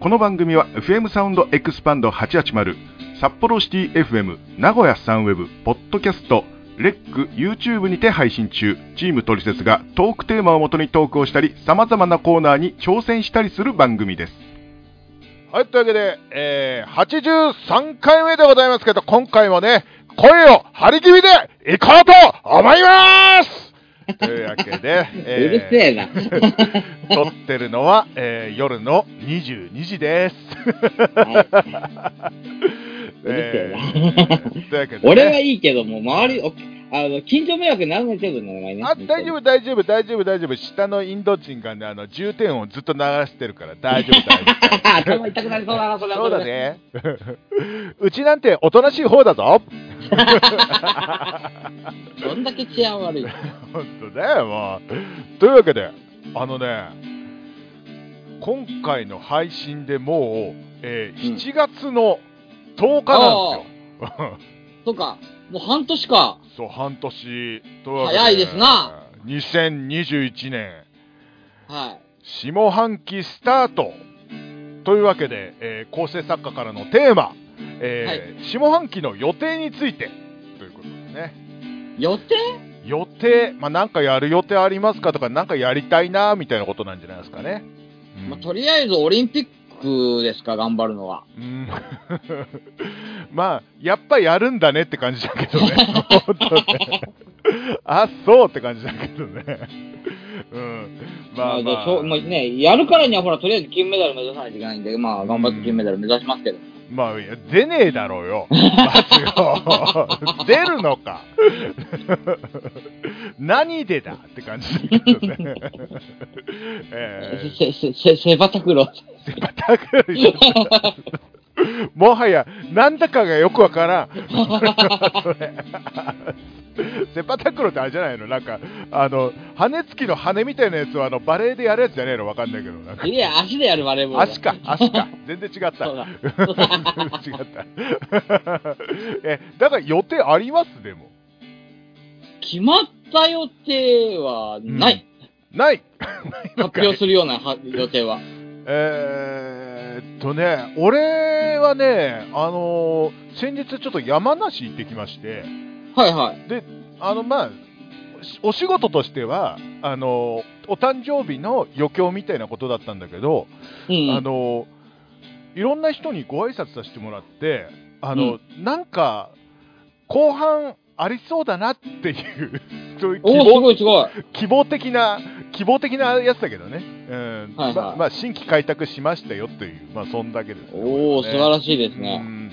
この番組は FM サウンドエクスパンド880札幌シティ FM 名古屋サンウェブポッドキャストレック YouTube にて配信中チームトリセツがトークテーマをもとにトークをしたりさまざまなコーナーに挑戦したりする番組ですはい、というわけで、えー、83回目でございますけど、今回もね、声を張り切りでいこうと思い ますというわけで、うるせえな。え撮ってるのは、えー夜の22時です。 えーというわけでね、俺はいいけども、周り、おあの、近所迷惑にならない程度の名前ね。あ大丈夫、大丈夫、大丈夫、大丈夫。下のインド人がね、あの、重点をずっと流してるから、大丈夫、大丈夫。頭痛くなりそうだな、それはそうだ。ね。 うちなんておとなしい方だぞ。どんだけ治安悪い。本当だよ、もう。というわけで、あのね、今回の配信でもう、えーうん7月の10日なんですよ。そうか、もう半年か。そう、半年。とうわけ早いですな。 2021年、は下半期スタート。というわけで、えー構成作家からのテーマ、えー下半期の予定についてということですね。い。予定予定、まあ、なんかやる予定ありますかとか、なんかやりたいなみたいなことなんじゃないですかね。うんまあ、とりあえずオリンピックですか、頑張るのは。うん まあ、やっぱやるんだねって感じだけど ね。本当ねあ、そうって感じだけどね。うん。まあ、まあ、そう、まあね、やるからにはほら、とりあえず金メダル目指さないといけないんで、まあ、頑張って金メダル目指しますけど。まあ、いや出ねえだろうよ。まずよ出るのか。 何でだって感じだけど ね。えーせ、せ、せ、セバタクロー。全くもはや、なんだかがよくわからん。それセパタクロってあれじゃないのなんか、あの、羽付きの羽みたいなやつはあのバレエでやるやつじゃねえのわかんないけど。なんかいや、足でやるバレーボール。足。か、足か。全然違った。そうだ違った。え、だから予定ありますでも。決まった予定はない。ない。発表するようなは予定は。えーっとね、俺はね、あのー先日ちょっと山梨行ってきまして、はいはい。あのまあしお仕事としてはあのお誕生日の余興みたいなことだったんだけど、うん。あのいろんな人にご挨拶させてもらってあの、うなんか後半ありそうだなっていう そういう希おお、す望ごいすごい。希望的な希望的なやつだけどね、うんはいはいまあまあ、新規開拓しましたよという、まあ、そんだけですね、お俺お、はね素晴らしいですうね。ん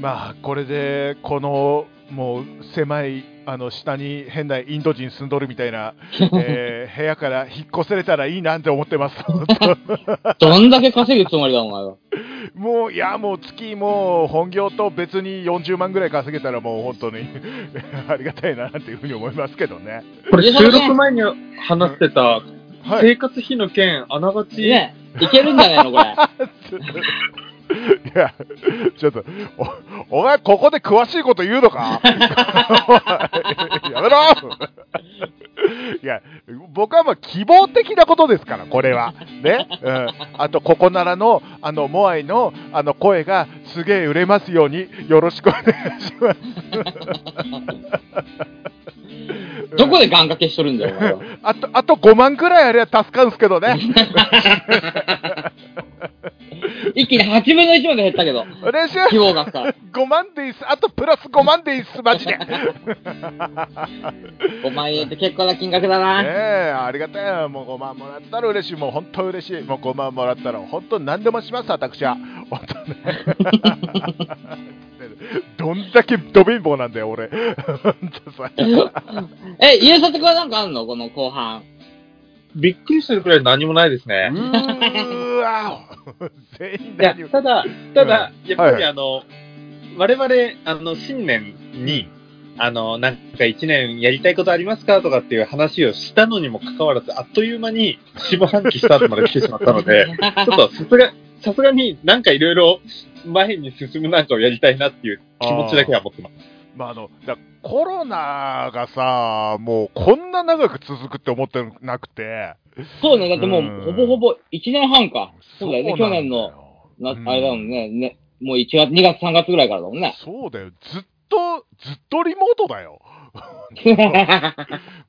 まあこれでこのもう狭いあの下に変なインド人住んどるみたい な、えー部屋から引っ越せれたらいいなって思ってます 本当どんだけ稼ぐつもりだ、お前は。もういやもう月もう本業と別に40万ぐらい稼げたらもう本当に ありがたいなっていうふうに思いますけどねこれ収録前に話してたはい生活費の件、あながち、ねいけるんじゃないの、これ。いやちょっとおお前ここで詳しいこと言うのか やめろいや僕はまあ希望的なことですからこれはね、うん、あとここならのあのモアイのあの声がすげえ売れますようによろしくお願いしますどこで願掛けしとるんだよ、お前は。あとあと5万くらいあれば助かるんですけどね一気に8分の1まで減ったけど。お願いし希望額から。 5万でいいっすあとプラス5万でいいっすマジで5万円って結構な金額だ な。ねえありがたいよもう5万もらったら嬉しいもう本当嬉しいもう5万もらったら本当何でもします私は本当ね どんだけド貧乏なんだよ俺本当さえ、ゆうさとくんはなんかあんのこの後半。びっくりするくらい何もないですうね。ーわお全員いや何を、ただ、ただ、うんやっぱはいりあの、我々、あの、新年に、あの、なんか一年やりたいことありますかとかっていう話をしたのにもかかわらず、あっという間に下半期スタートまで来てしまったので、 ちょっとさすが、さすがになんかいろいろ前に進むなんかをやりたいなっていう気持ちだけは持ってます。まああのだからコロナがさもうこんな長く続くって思ってなくてそうね、だってもうんう、ほぼほぼ1年半か。そうだよね、去年の、な、あうんれだもんね、ね、もう1月、2月、3月ぐらいからだもんね。そうだよずっとずっとリモートだよ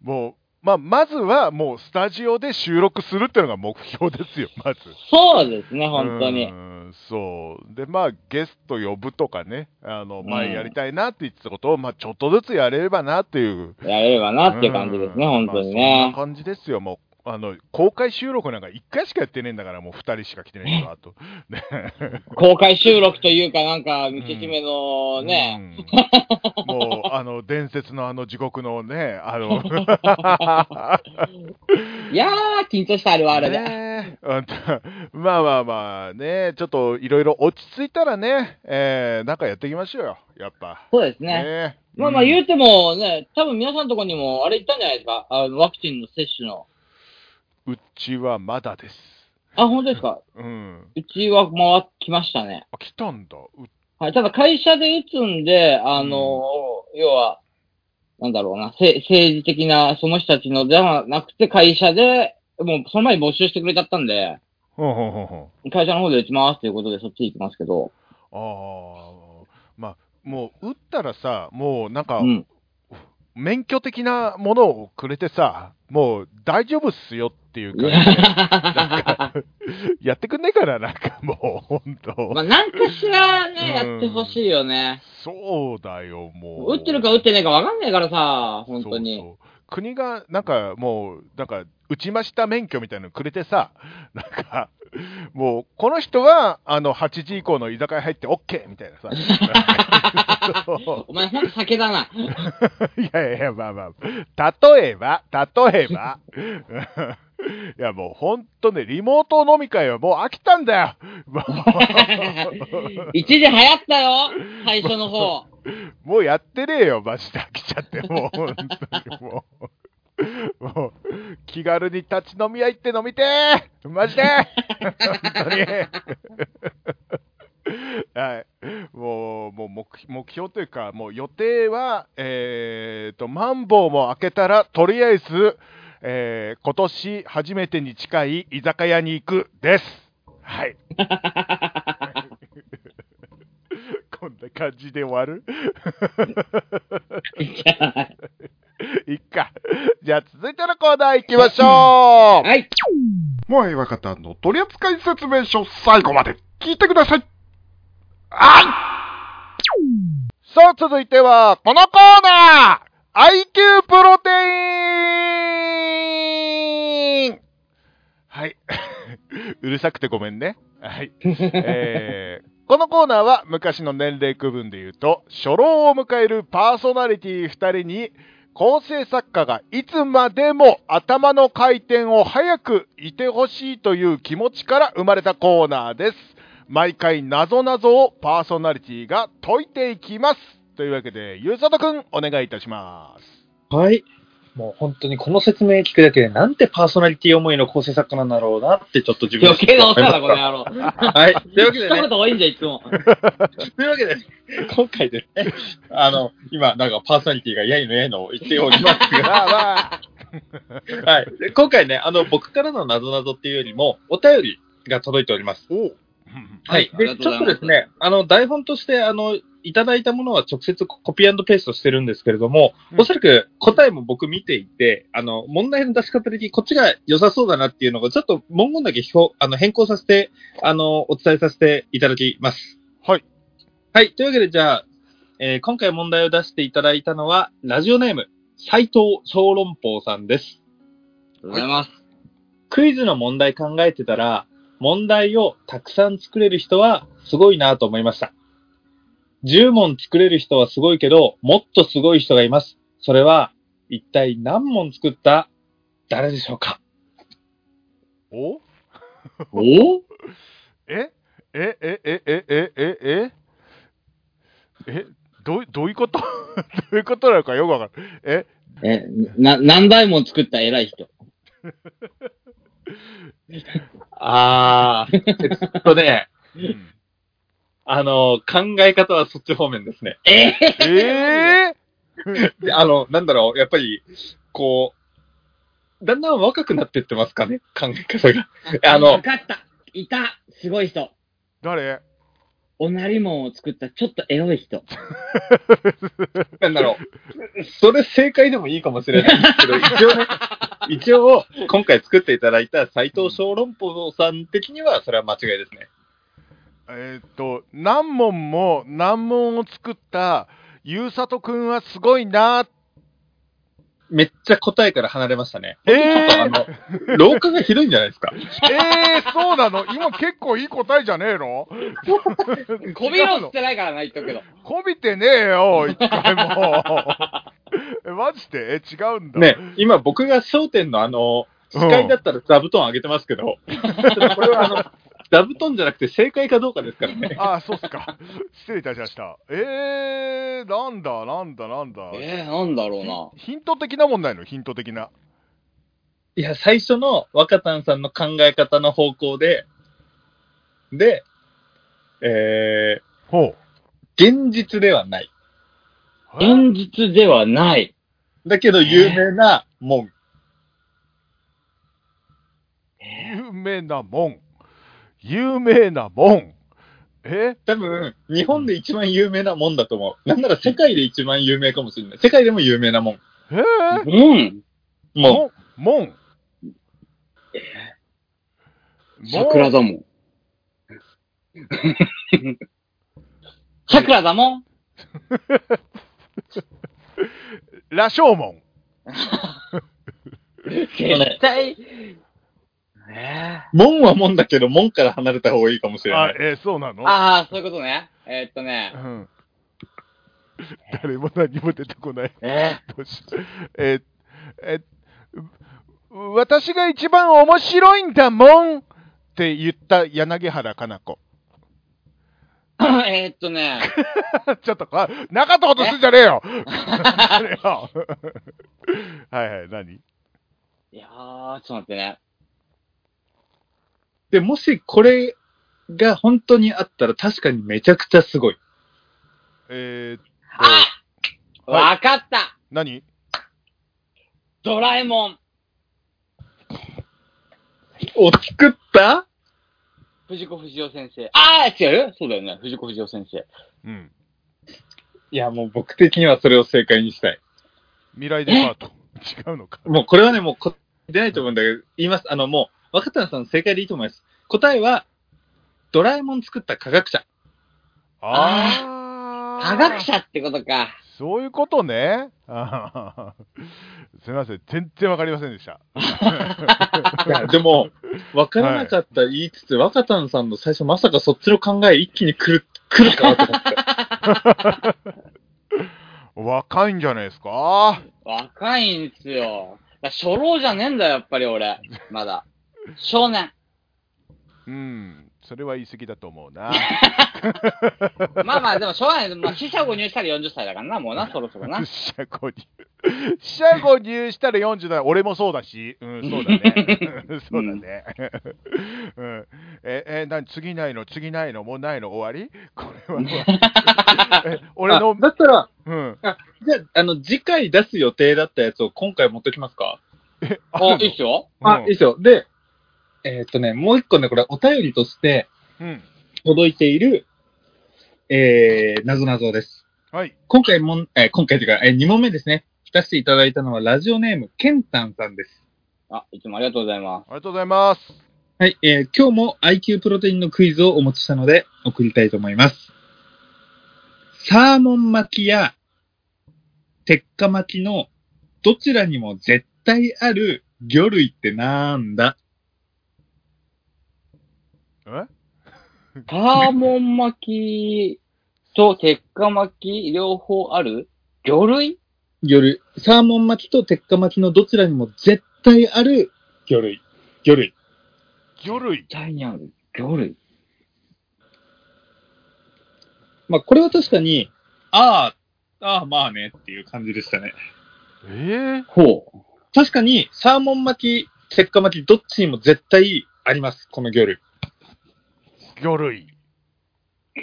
もうまあ、まずはもうスタジオで収録するっていうのが目標ですよ、まず。 そうですね、本当うに。んそう。で、まあ、ゲスト呼ぶとかね、あの、ん前やりたいなって言ってたことを、まあ、ちょっとずつやれればなっていう。やれればなっていう感じですね、うん本当まあそんにねな。感じですよ、もう。あの公開収録なんか1回しかやってねえんだから、もう2人しか来てないからと。ね公開収録というか、なんか、見せしめのね、うんもう、あの、伝説のあの地獄のね、あ の、いやー、緊張した、あれはあれで。ねえうんとまあまあまあね、ちょっといろいろ落ち着いたらね、えー、なんかやっていきましょうよ、やっぱ。そうですね。ねまあまあうん言うてもね、多分皆さんのとこにもあれ行ったんじゃないですかあのワクチンの接種の。うちはまだです。あ、本当ですかうん。うちは回ってきましたね。あ、来たんだ。うはい。ただ会社で打つんで、あの、要は、なんだろうな、せ政治的なその人たちのではなくて会社で、もうその前に募集してくれちゃったんで、ほうほうほうほ会社の方で打ちますということでそっち行きますけう。ど。ああ、まあ、もう、打ったらさ、もうなんかう、ん。免許的なものをくれてさ、もう大丈夫っすよっていう感じで、なんかやってくんねえから、なんかもう、ほんと。まあ なんかしらね、うんやってほしいよね。そうだよ、もう。打ってるか打ってないかわかんないからさ、本当に。そうそう国がなんかもうなんか打ちました免許みたいなのくれてさ なんかもうこの人はあの8時以降の居酒屋入って OK みたいなさ そお前ほんと酒だな。ういやいやまあまあ例えば例えば いやもうほんとねリモート飲み会はもう飽きたんだよも一時流行ったよ最初の方。うもうやってねえよマジで飽きちゃってもう本当にもう。もう気軽に立ち飲み屋行って飲みてーマジで本当にはい、もうもう目目標というか、もう予定は、えー、とマンボウも開けたら、とりあえず、えー今年初めてに近い居酒屋に行くです。はい。 こんな感じで終わる いっか。じゃあ続いてのコーナー行きましょうはい。もえ若方の取扱説明書最後まで聞いてくださいあさあ、続いては、このコーナー !IQ プロテインはい。 うるさくてごめんね。はい。えーこのコーナーは昔の年齢区分で言うと、初老を迎えるパーソナリティ2人に、構成作家がいつまでも頭の回転を早くいてほしいという気持ちから生まれたコーナーです。毎回謎々をパーソナリティが解いていきます。というわけで、ゆうさとくん、お願いいたします。はい。もう本当にこの説明聞くだけで、なんてパーソナリティ思いの構成作家なんだろうなって、ちょっと自分余計なお世話だ、この野郎。はい。 というわけで一ね言、多いんだよ、いつも。というわけでね、今回でね、あの、今、なんかパーソナリティがやいのやいのを言っておりますが、まあまあ、 はい。で今回ね、あの、僕からの謎々っていうよりも、お便りが届いております。おうはい。ありがで、とちうょございますっとですね、あの、台本として、あの、いただいたものは直接コピーペーストしてるんですけれども、うんおそらく答えも僕見ていて、あの、問題の出し方的にこっちが良さそうだなっていうのが、ちょっと文言だけ表あの変更させて、あの、お伝えさせていただきます。はい。はい。というわけで、じゃあ、えー今回問題を出していただいたのは、ラジオネーム、斎藤小籠包さんです。ありがとうございます。クイズの問題考えてたら、問題をたくさん作れる人はすごいなと思いました。10問作れる人はすごいけど、もっとすごい人がいます。それは、一体何問作った誰でしょうか おお えええええええええどうどういうこと どういうことなのかよくわかる。ええ、な、何台も作った偉い人。あー、えっとね、 あの、考え方はそっち方面ですね。えええであの、なんだろう、やっぱり、こう、だんだん若くなってってますかね、考え方が。あのわかった。いた。すごい人。誰おなりもんを作ったちょっとエロい人。なんだろう。それ正解でもいいかもしれないんですけど、一応ね、一応、今回作っていただいた斎藤小籠包さん的には、それは間違いですね。えーっと、何問も難問を作った、ゆうさとくんはすごいなーめっちゃ答えから離れましたね。えー、ちょっとあの、廊下がひどいんじゃないですか。えー、そうなの今結構いい答えじゃねえのこびろっつってないからな、言っとくけど。こびてねえよ、一回も。え、マジでえ、違うんだ。ね、今僕が焦点のあの、司会だったら座布団あげてますけど、これはあの、座布団じゃなくて正解かどうかですからね。ああ、そうっすか。失礼いたしました。えー、なんだ、なんだ、なんだ。えー、なんだろうな。ヒント的なもんないのヒント的な。いや、最初の若旦さんの考え方の方向で、で、えー、ほう。現実ではない。現実ではない。だけど有名なもん。有名なもん。有名なもん。え多分、日本で一番有名なもんだと思う。なんなら世界で一番有名かもしれない。世界でも有名なもん。えー、うん。ももん。桜だもん。桜だもん。羅生門。絶対。ねう、もんはもんだけど、もんから離れた方がいいかもしれあない。、えー、そうなのああ、そういうことね。えーっとうね。ん。誰も何も出てこない。えどうし えーえーう私が一番面白いんだもんって言った柳原かな子。 ー、えーっとね。ちょっとこ、なかったことすんじゃねえよ あれよ はいはい、何いやー、ちょっと待ってね。で、もしこれが本当にあったら、確かにめちゃくちゃすごい。えー、あはいわかった何ドラえもんお、作った藤子不二雄先生。ああ、違うそうだよね。藤子不二雄先生。うん。いや、もう僕的にはそれを正解にしたい。未来デパート。違うのか。もうこれはね、もうこ出ないと思うんだけど、言います。あの、もう、若田さん正解でいいと思います。答えは、ドラえもん作った科学者。あー科学者ってことか。そういうことね。 あーすみません、全然わかりませんでした。いやでも、わからなかった言いつつ、若田さんの最初まさかそっちの考え一気に来る、 来るかと思って。若いんじゃないですか若いんすよ。だ初老じゃねえんだよ、やっぱり俺。まだ。少年。うん、それは言い過ぎだと思う な。まあまあ、でもしょうがない。まあ、死者誤入したら40歳だからな、もうな、そろそ ろな。死者購入。死者購入したら40だ。俺もそうだし。うん、そうだ ね。そうだね。うん。え、え、何次ないの次ないのもうないの終わりこれはもう え俺のあ、だったら、うん。じゃあ、あの、次回出す予定だったやつを今回持ってきますかえ、あお、るいいっすよ。のあ、いいですよ。で、えーっとね、もう一個ね、これお便りとしてうん。うん届いている、えー、なぞなぞです。はい。今回もん、えー今回というか、え2問目ですね。出していただいたのは、ラジオネーム、ケンタンさんです。あ、いつもありがとうございまありがとうございます。はい、えー今日も IQ プロテインのクイズをお持ちしたので、送りたいと思います。サーモン巻きや、鉄火巻きの、どちらにも絶対ある魚類ってなんだえす。サーモン巻きと鉄火巻き、両方ある魚類魚類。サーモン巻きと鉄火巻きのどちらにも絶対ある魚類。魚類。魚類。ジャイアント、魚類。まあ、これは確かに、ああ、ああ、まあねっていう感じでしたね。えー、ほう。確かに、サーモン巻き、鉄火巻き、どっちにも絶対あります。この魚類。魚類。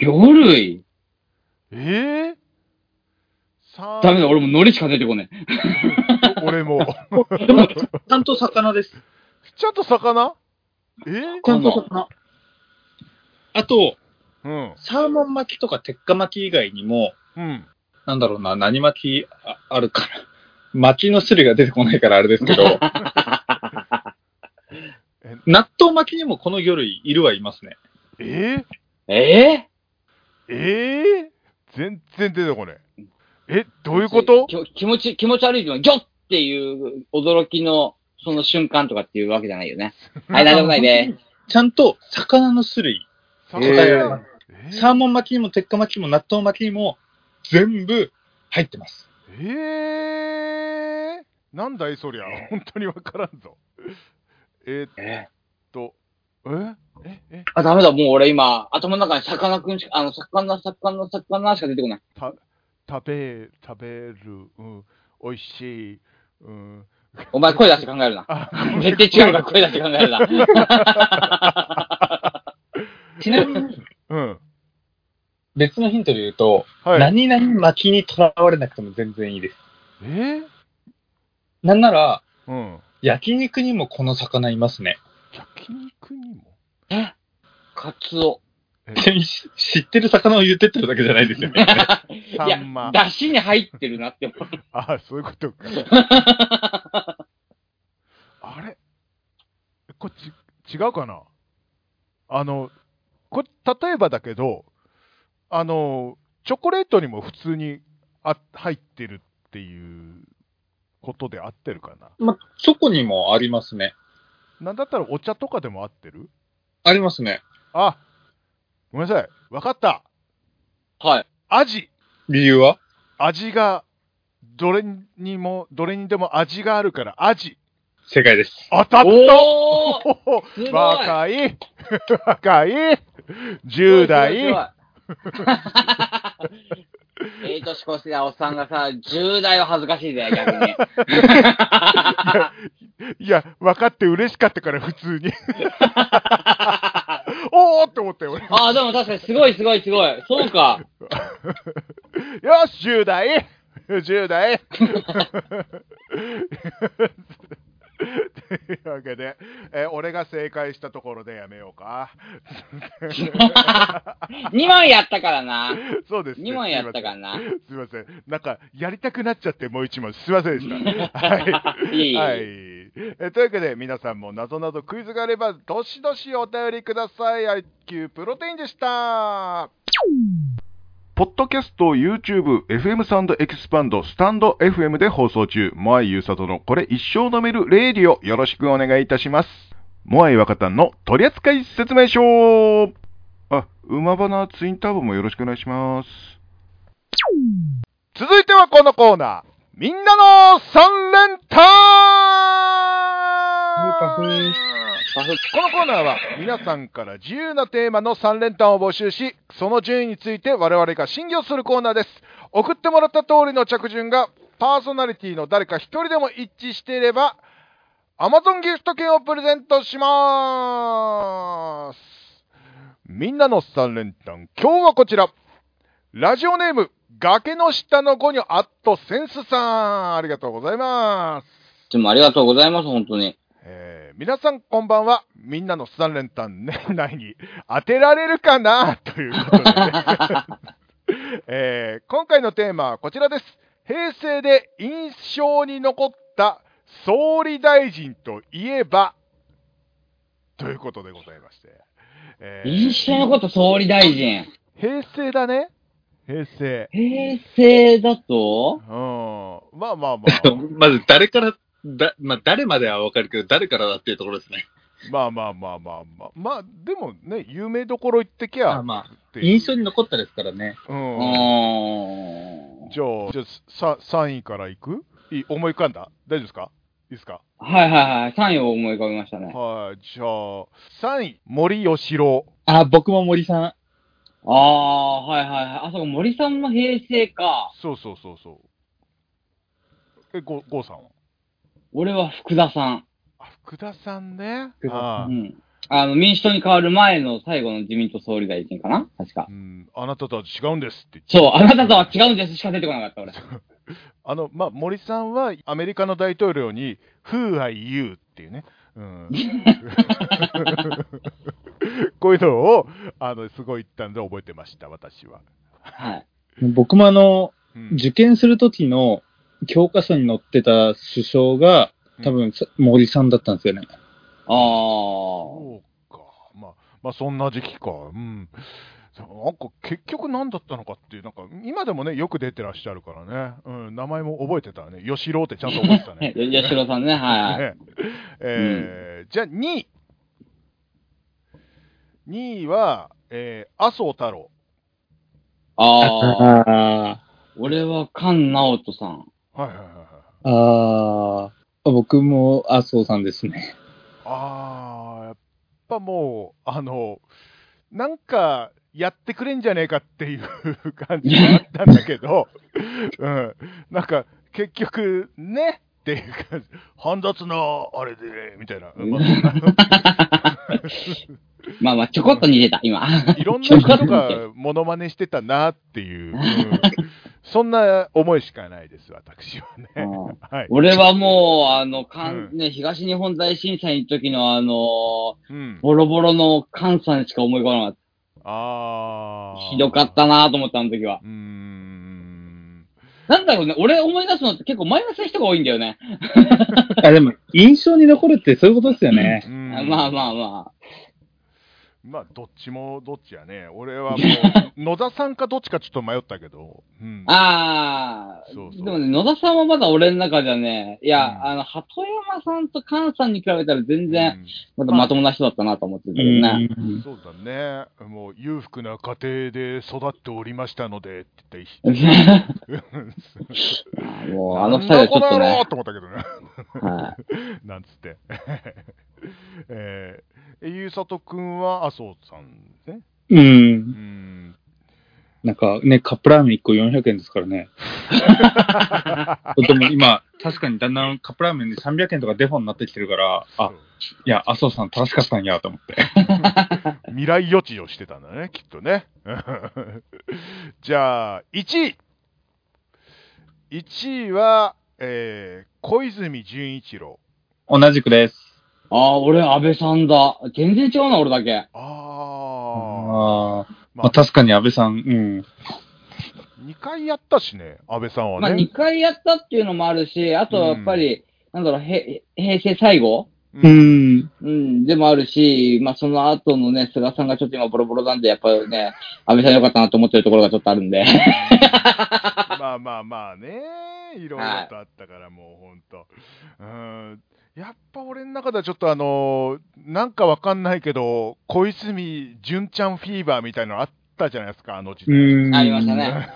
魚類えぇダメだ、俺も海苔しか出てこね俺も。でも、ちゃんと魚 です。ちゃんと魚えちゃんと魚。あと、うん。サーモン巻きとか鉄火巻き以外にも、うん。なんだろうな、何巻きああるから。 巻きの種類が出てこないからあれですけ どえ。納豆巻きにもこの魚類いるはいますね。えー、え。ええー、全然出てこない。え、どうえいうこときょ気持ち、気持ち悪いのは、ギョッっていう驚きの、その瞬間とかっていうわけじゃないよ ね。はい、なんでもないね。ちゃんと魚の種類、魚答えられます。えサーモン巻きにも鉄火巻きにも納豆巻きにも全部入ってます。えー、なんだいそりゃ、本当にわからんぞ。えーっと、えええあ、ダメだ、もう俺今、頭の中に魚くんしか、あの、魚、魚、魚しか出てこない。た食べ、食べる、うん、美味しい、うん。お前声出して考 えるな。あ、絶対違うから声出して考 えるな。ちなみに、うん。別のヒントで言うと、はい。何々巻きにとらわれなくても全然いいです。えー、なんなら、うん。焼肉にもこの魚いますね。焼肉にもカツオ。知ってる魚を言ってってるだけじゃないですよ ね。いサやンマ、。だしに入ってるなって思う。あ、そういうこと か。あれこっち、違うかなあの、こ例えばだけど、あの、チョコレートにも普通にあ入ってるっていうことで合ってるかなま、チョコにもありますね。なんだったらお茶とかでも合ってるありますね。あ、ごめんなさい。わかった。はい。アジ。理由は味が、どれにも、どれにでも味があるから、アジ。正解です。当たったおーすごい若い 若い !10 代すごいす ごいええ年越しなおっさんがさ、10代は恥ずかしいぜ、逆 いに。や、分かって嬉しかったから、普通 に。おーって思ったよ、俺。よああ、でも確かにすごいすごいすごい。そうか。し、10代 !10 代 というわけで、えー俺が正解したところでやめようか。 2問やったからな。そうです、ね。 2問やったからな。すいません。なんか、やりたくなっちゃって、もう一問。すいませんでした。はい。いいはい。えというわけで、皆さんもなぞなぞクイズがあれば、どしどしお便りください。IQ プロテインでした。ポッドキャスト、YouTube、FM サウンドエキスパンド、スタンド FM で放送中、モアイユーサとのこれ一生飲めるレイディオ、よろしくお願いいたします。モアイ若旦の取扱説明書あ、馬花ツインターボもよろしくお願いします。続いてはこのコーナー。みんなの三連単パフこのコーナーは皆さんから自由なテーマの3連単を募集し、その順位について我々が審議をするコーナーです。送ってもらった通りの着順がパーソナリティの誰か一人でも一致していれば、Amazon ギフト券をプレゼントします。みんなの3連単、今日はこちら。ラジオネーム、崖の下の5にアットセンスさん。ありがとうございます。でもありがとうございます、本当に。えー皆さんこんばんは。みんなの三連単年内に 当てられるかなということで、 えー今回のテーマはこちらです。平成で印象に残った総理大臣といえばということでございまして。えー印象のこと総理大臣。平成だね。平成。平成だとうん。まあまあま まず誰から、だまあ、誰まではわかるけど、誰からだっていうところですね。あ。まあまあまあまあまあ。まあ、でもね、有名どころ行ってきまゃあ、まあ、っていう印象に残ったですからね。う。うんーん。じゃあ、じゃあ、さ3位からいくいい思い浮かんだ大丈夫ですかいいですかはいはいはい。3位を思い浮かべましたね。はい、じゃあ、3位、森喜朗。あ、僕も森さん。ああ、はいはいはい。あ、そうか、森さんも平成か。そうそうそうそう。え、ゴゴーさんは俺は福田さん。あ、福田さんね。福田さあうん。あの、民主党に変わる前の最後の自民党総理大臣かな確かう。ん、あなたとは違うんですってそう、あなたとは違うんですしか出てこなかった、俺。あの、まあ、森さんはアメリカの大統領に、Who are you? っていうね。うん、こういうのを、あの、すごい言ったんで覚えてました、私は。はい。僕もあの、うん受験するときの教科書に載ってた首相が、多分、さ森さんだったんですよね。あー。そうか。まあ、まあ、そんな時期か。うん。そうなんか結局何だったのかっていう、なんか今でもね、よく出てらっしゃるからね、うん、名前も覚えてたね、吉郎ってちゃんと覚えてた ね。え、よしろさん ね、はい。ねえーじゃあ2位。2位は、えー麻生太郎。あー。あ俺は菅直人さ ん。はいはいはいはい。あ、ああ、僕も麻生さんですね。あー、やっぱもう、あの、なんか、やってくれんじゃねえかっていう感じがあったんだけど、 うん、なんか、結局、ねっていう感じ、煩雑な、あれで、みたいな、ままあまあ、ちょこっと似てた、今。あ いろんな 人がモノマネしてたなっていう、うんそんな思いしかないです、私はうね。んはい。俺はもう、あの、関うね、東日本大震災の時のあの、うん、ボロボロの菅さんしか思い浮かばなかっあた。ーひどかっ。たなと思った、あの時は。うーん。なんだろうね、俺思い出すのって結構マイナスな人が多いんだよね。あでも、印象に残るってそういうことですよね。うんまあまあままあ、どっちもどっちやね。俺はもう、野田さんかどっちかちょっと迷ったけど。うん。 あ。ああ、そうそうでもね、野田さんはまだ俺の中じゃね、いや、うんあの、鳩山さんと菅さんに比べたら全然、うまたまともな人だったなと思ってるけどね。んそうだね。もう、裕福な家庭で育っておりましたので、って言って。 もう、あの二人 はちょなんだこっとの野郎ね。と思ったけどね。はい。なんつって。 えー、えゆうさとくんは麻生さんですね。うんう。ん。なんかね、カップラーメン1個400円ですから ね。でも今、確かにだんだんカップラーメンで300円とかデフォになってきてるから、あ、いや、麻生さん正しかったんやと思って。未来予知をしてたんだね、きっとね。 じゃあ、1位。1位は、えー、小泉純一郎。同じくです。ああ、俺、安倍さんだ。全然違うな、俺だけ。あああ。まあまあ確かに安倍さん、うん。ー、2回やったしね、安倍さんはまあ、ね。 2回やったっていうのもあるし、あとはやっぱり、なんだろう、へ平成最後ううんん。うん、でもあるし、まあ、その後のね、菅さんがちょっと今ボロボロなんで、やっぱりね、安倍さん良かったなと思ってるところがちょっとあるんで。 まあまあまあね、いろいろとあったから、もうほんと。うんやっぱ俺の中ではちょっとあのーなんかわかんないけど、小泉純ちゃんフィーバーみたいなのあったじゃないですか、あの時代。うん。ありましたね。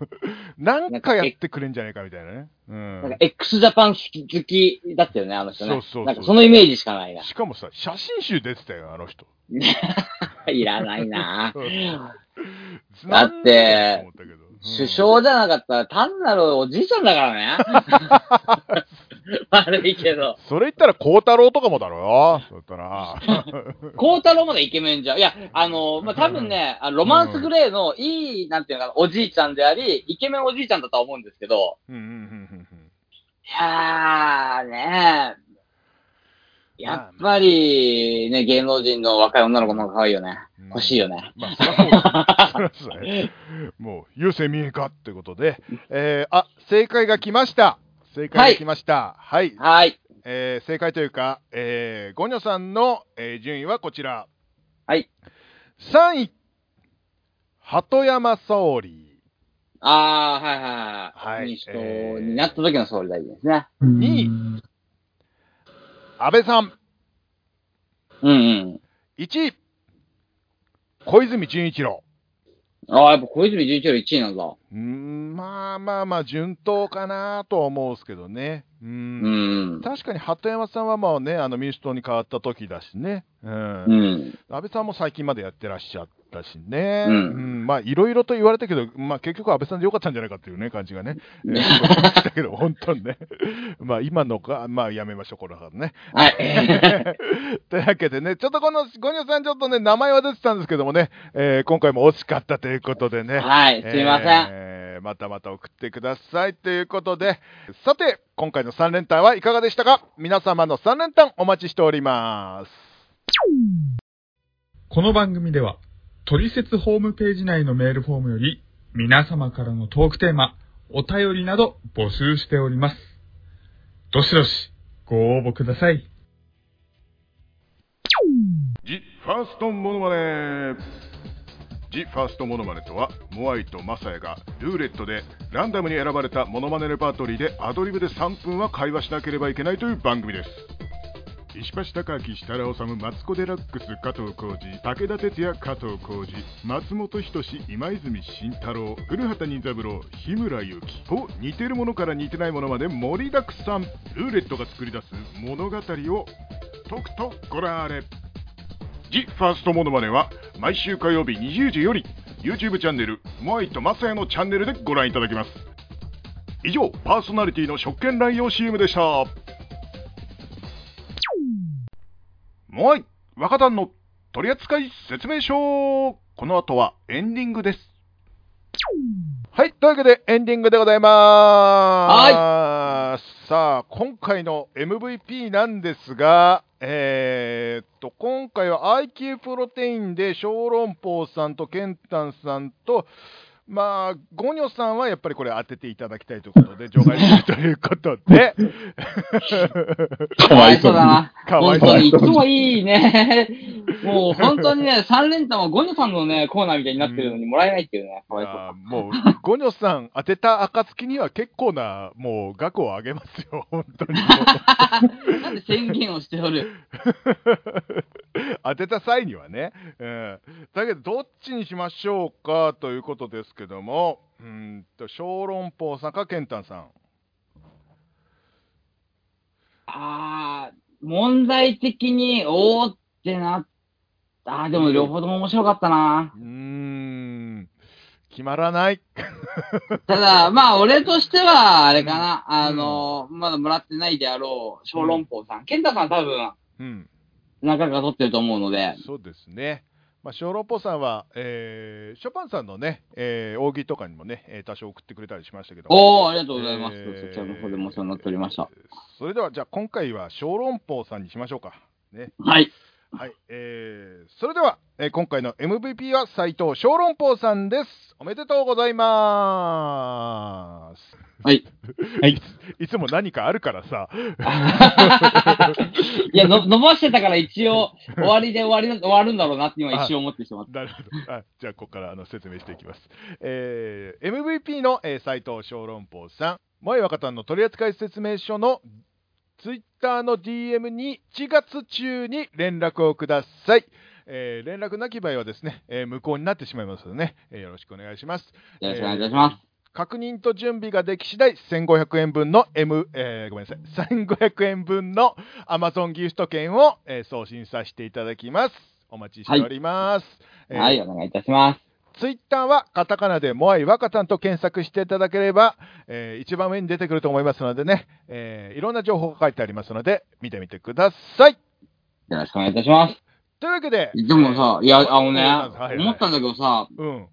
なんかやってくれんじゃねえかみたいなね。うなんかん、 X ジャパン好き好きだったよね、あの人ね。そうそうそうなんかそのイメージしかないな。しかもさ、写真集出てたよ、あの人。いらないな。なんだだっとて思ったけど、首相じゃなかったら単なるおじいちゃんだか らね。 悪いけどう。んそれ言ったら、孝太郎とかもだろうよ。そうだ ったな。孝太郎までイケメンじゃん。いや、あの、まあ、多分ね、あのロマンスグレーのいい、なんていうのかな、おじいちゃんであり、イケメンおじいちゃんだとは思うんですけど、うんうんうんいやー、ねえ。やっぱり、ね、芸能人の若い女の子の方が可愛いよね。うんうん欲しいよね。まあ、そりゃそうだ。そ りゃそうだね。もう、優勢見えかってことで、えー、あ、正解が来ました。正解が来ました。はい。はい。えー正解というか、えー、ゴニョさんの、えー順位はこちら。はい。 3位、鳩山総理。あー、はいはいはい。はい民主党になった時の総理大臣ですね。二位安倍さん。うんうん。 1位、小泉純一郎。あー、やっぱ小泉純一郎1位なんだ。うーん、まあまあまあ、順当かなとは思うんですけどね。うー。うんん。た確かに鳩山さんはまあね、あの民主党に変わった時だしね。うん。うん。安倍さんも最近までやってらっしゃったしね。ううんん。まあ、いろいろと言われたけど、まあ結局安倍さんでよかったんじゃないかっていうね、感じがね。えー、したけど、本当にね。 まあ今のが、まあやめましょう、この話ね。 はい。というわけでね、ちょっとこのゴニョさん、ちょっとね、名前は出てたんですけどもね、えー今回も惜しかったということでね。 はい、すいません。えーまたまた送ってくださいということで、さて、今回の3連単はいかがでしたか皆様の3連単お待ちしております。この番組では、トリセツホームページ内のメールフォームより、皆様からのトークテーマ、お便りなど募集しております。どしどし、ご応募ください。ジ・ファーストモノマネジ・ファーストモノマネとはモアイとマサヤがルーレットでランダムに選ばれたモノマネレパートリーでアドリブで3分は会話しなければいけないという番組です石橋貴明、設楽治、マツコ・デラックス、加藤浩二、武田鉄矢、加藤浩二、松本人志、今泉慎太郎、古畑任三郎、日村勇紀と似てるものから似てないものまで盛りだくさんルーレットが作り出す物語をとくとご覧あれ ジ・ファーストモノマネは毎週火曜日20時より YouTube チャンネルモアイとマサヤのチャンネルでご覧いただけます以上パーソナリティの職権乱用 CM でしたモアイ若旦の取扱説明書この後はエンディングですはい、というわけでエンディングでございます。さあ、今回の MVP なんですが、えーっと、今回は IQ プロテインで小籠包さんとケンタンさんと、まあ、ゴニョさんはやっぱりこれ当てていただきたいということで、除外するということで、かわいそそううだな。かわ本いそ当うにいつもい いね。もう本当にね、3連単はゴニョさんのね、コーナーみたいになってるのにもらえないっていうね。かわいそう。あーもう、ゴニョさん当てた暁には結構な、もう額を上げますよ、 本当にもなんで宣言をしておう。る。当てた際にはね。うん、だけど、どっちにしましょうかということですけども、うーんと、小籠包さんか、ケンタンさん。あー、問題的に、おーってなっあー、でも両方とも面白かったな。うーん、決まらない。ただ、まあ、俺としては、あれかな。あの、まだもらってないであろう、小籠包さん。健太さん多分、うん、中が取ってると思うので。そうですね。まあ、小籠包さんは、えーショパンさんのね、えー、扇とかにもね、えー多少送ってくれたりしましたけどもおー、ありがとうございます。えーそちらの方でもお世話になっておりました。それでは、じゃあ今回は小籠包さんにしましょうか。ね。はい。はい。えー、それでは、えー今回の MVP は斉藤小籠包さんです。おめでとうございます。はい。はい。いつも何かあるからさ。いや、の伸ばしてたから一応、終わりで終わりな終わるんだろうなって今一瞬思ってしまった。なるほど。あじゃあ、ここからあの説明していきます。えー MVP の、えー、斉藤小籠包さん、萌え若さんの取扱説明書のツイッターの DM に1月中に連絡をください。えー連絡なき場合はですね、えー無効になってしまいますのでね、えーよろしくお願いします。よろしくお願いいたします。確認と準備ができ次第1500円分の M、えーごめんなさい1500円分の Amazon ギフト券を、えー送信させていただきますお待ちしております、えーはい、お願いいたします。ツイッターはカタカナでモアイワカタンと検索していただければ、えー一番上に出てくると思いますのでね、えーいろんな情報が書いてありますので、見てみてください。よろしくお願いいたします。というわけで、でもさ、いや、あのね、はいはい思ったんだけどさ、うん、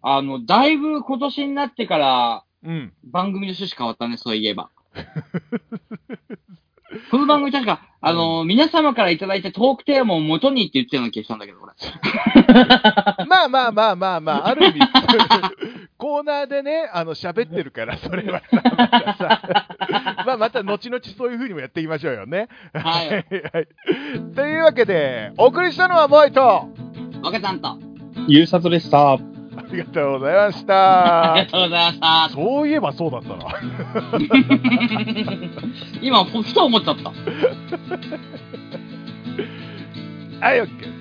あの、だいぶ今年になってからうん、番組の趣旨変わったね、そうい えば。この番組確か、あの、皆様からいただいたトークテーマを元にって言ってたような気がしたんだけど、俺。まあまあまあまあ まあ、ある意味、コーナーでね、あの、喋ってるから、それはさ、また さ、まあまた後々そういう風にもやっていきましょうよね。は いはいというわけで、お送りしたのはモアイと、わけさんと、ゆうさとでした。ありがとうございましあたり が。とうございましそういえばそうだったな。た。今、ふと思っちゃった。はい、オッケー。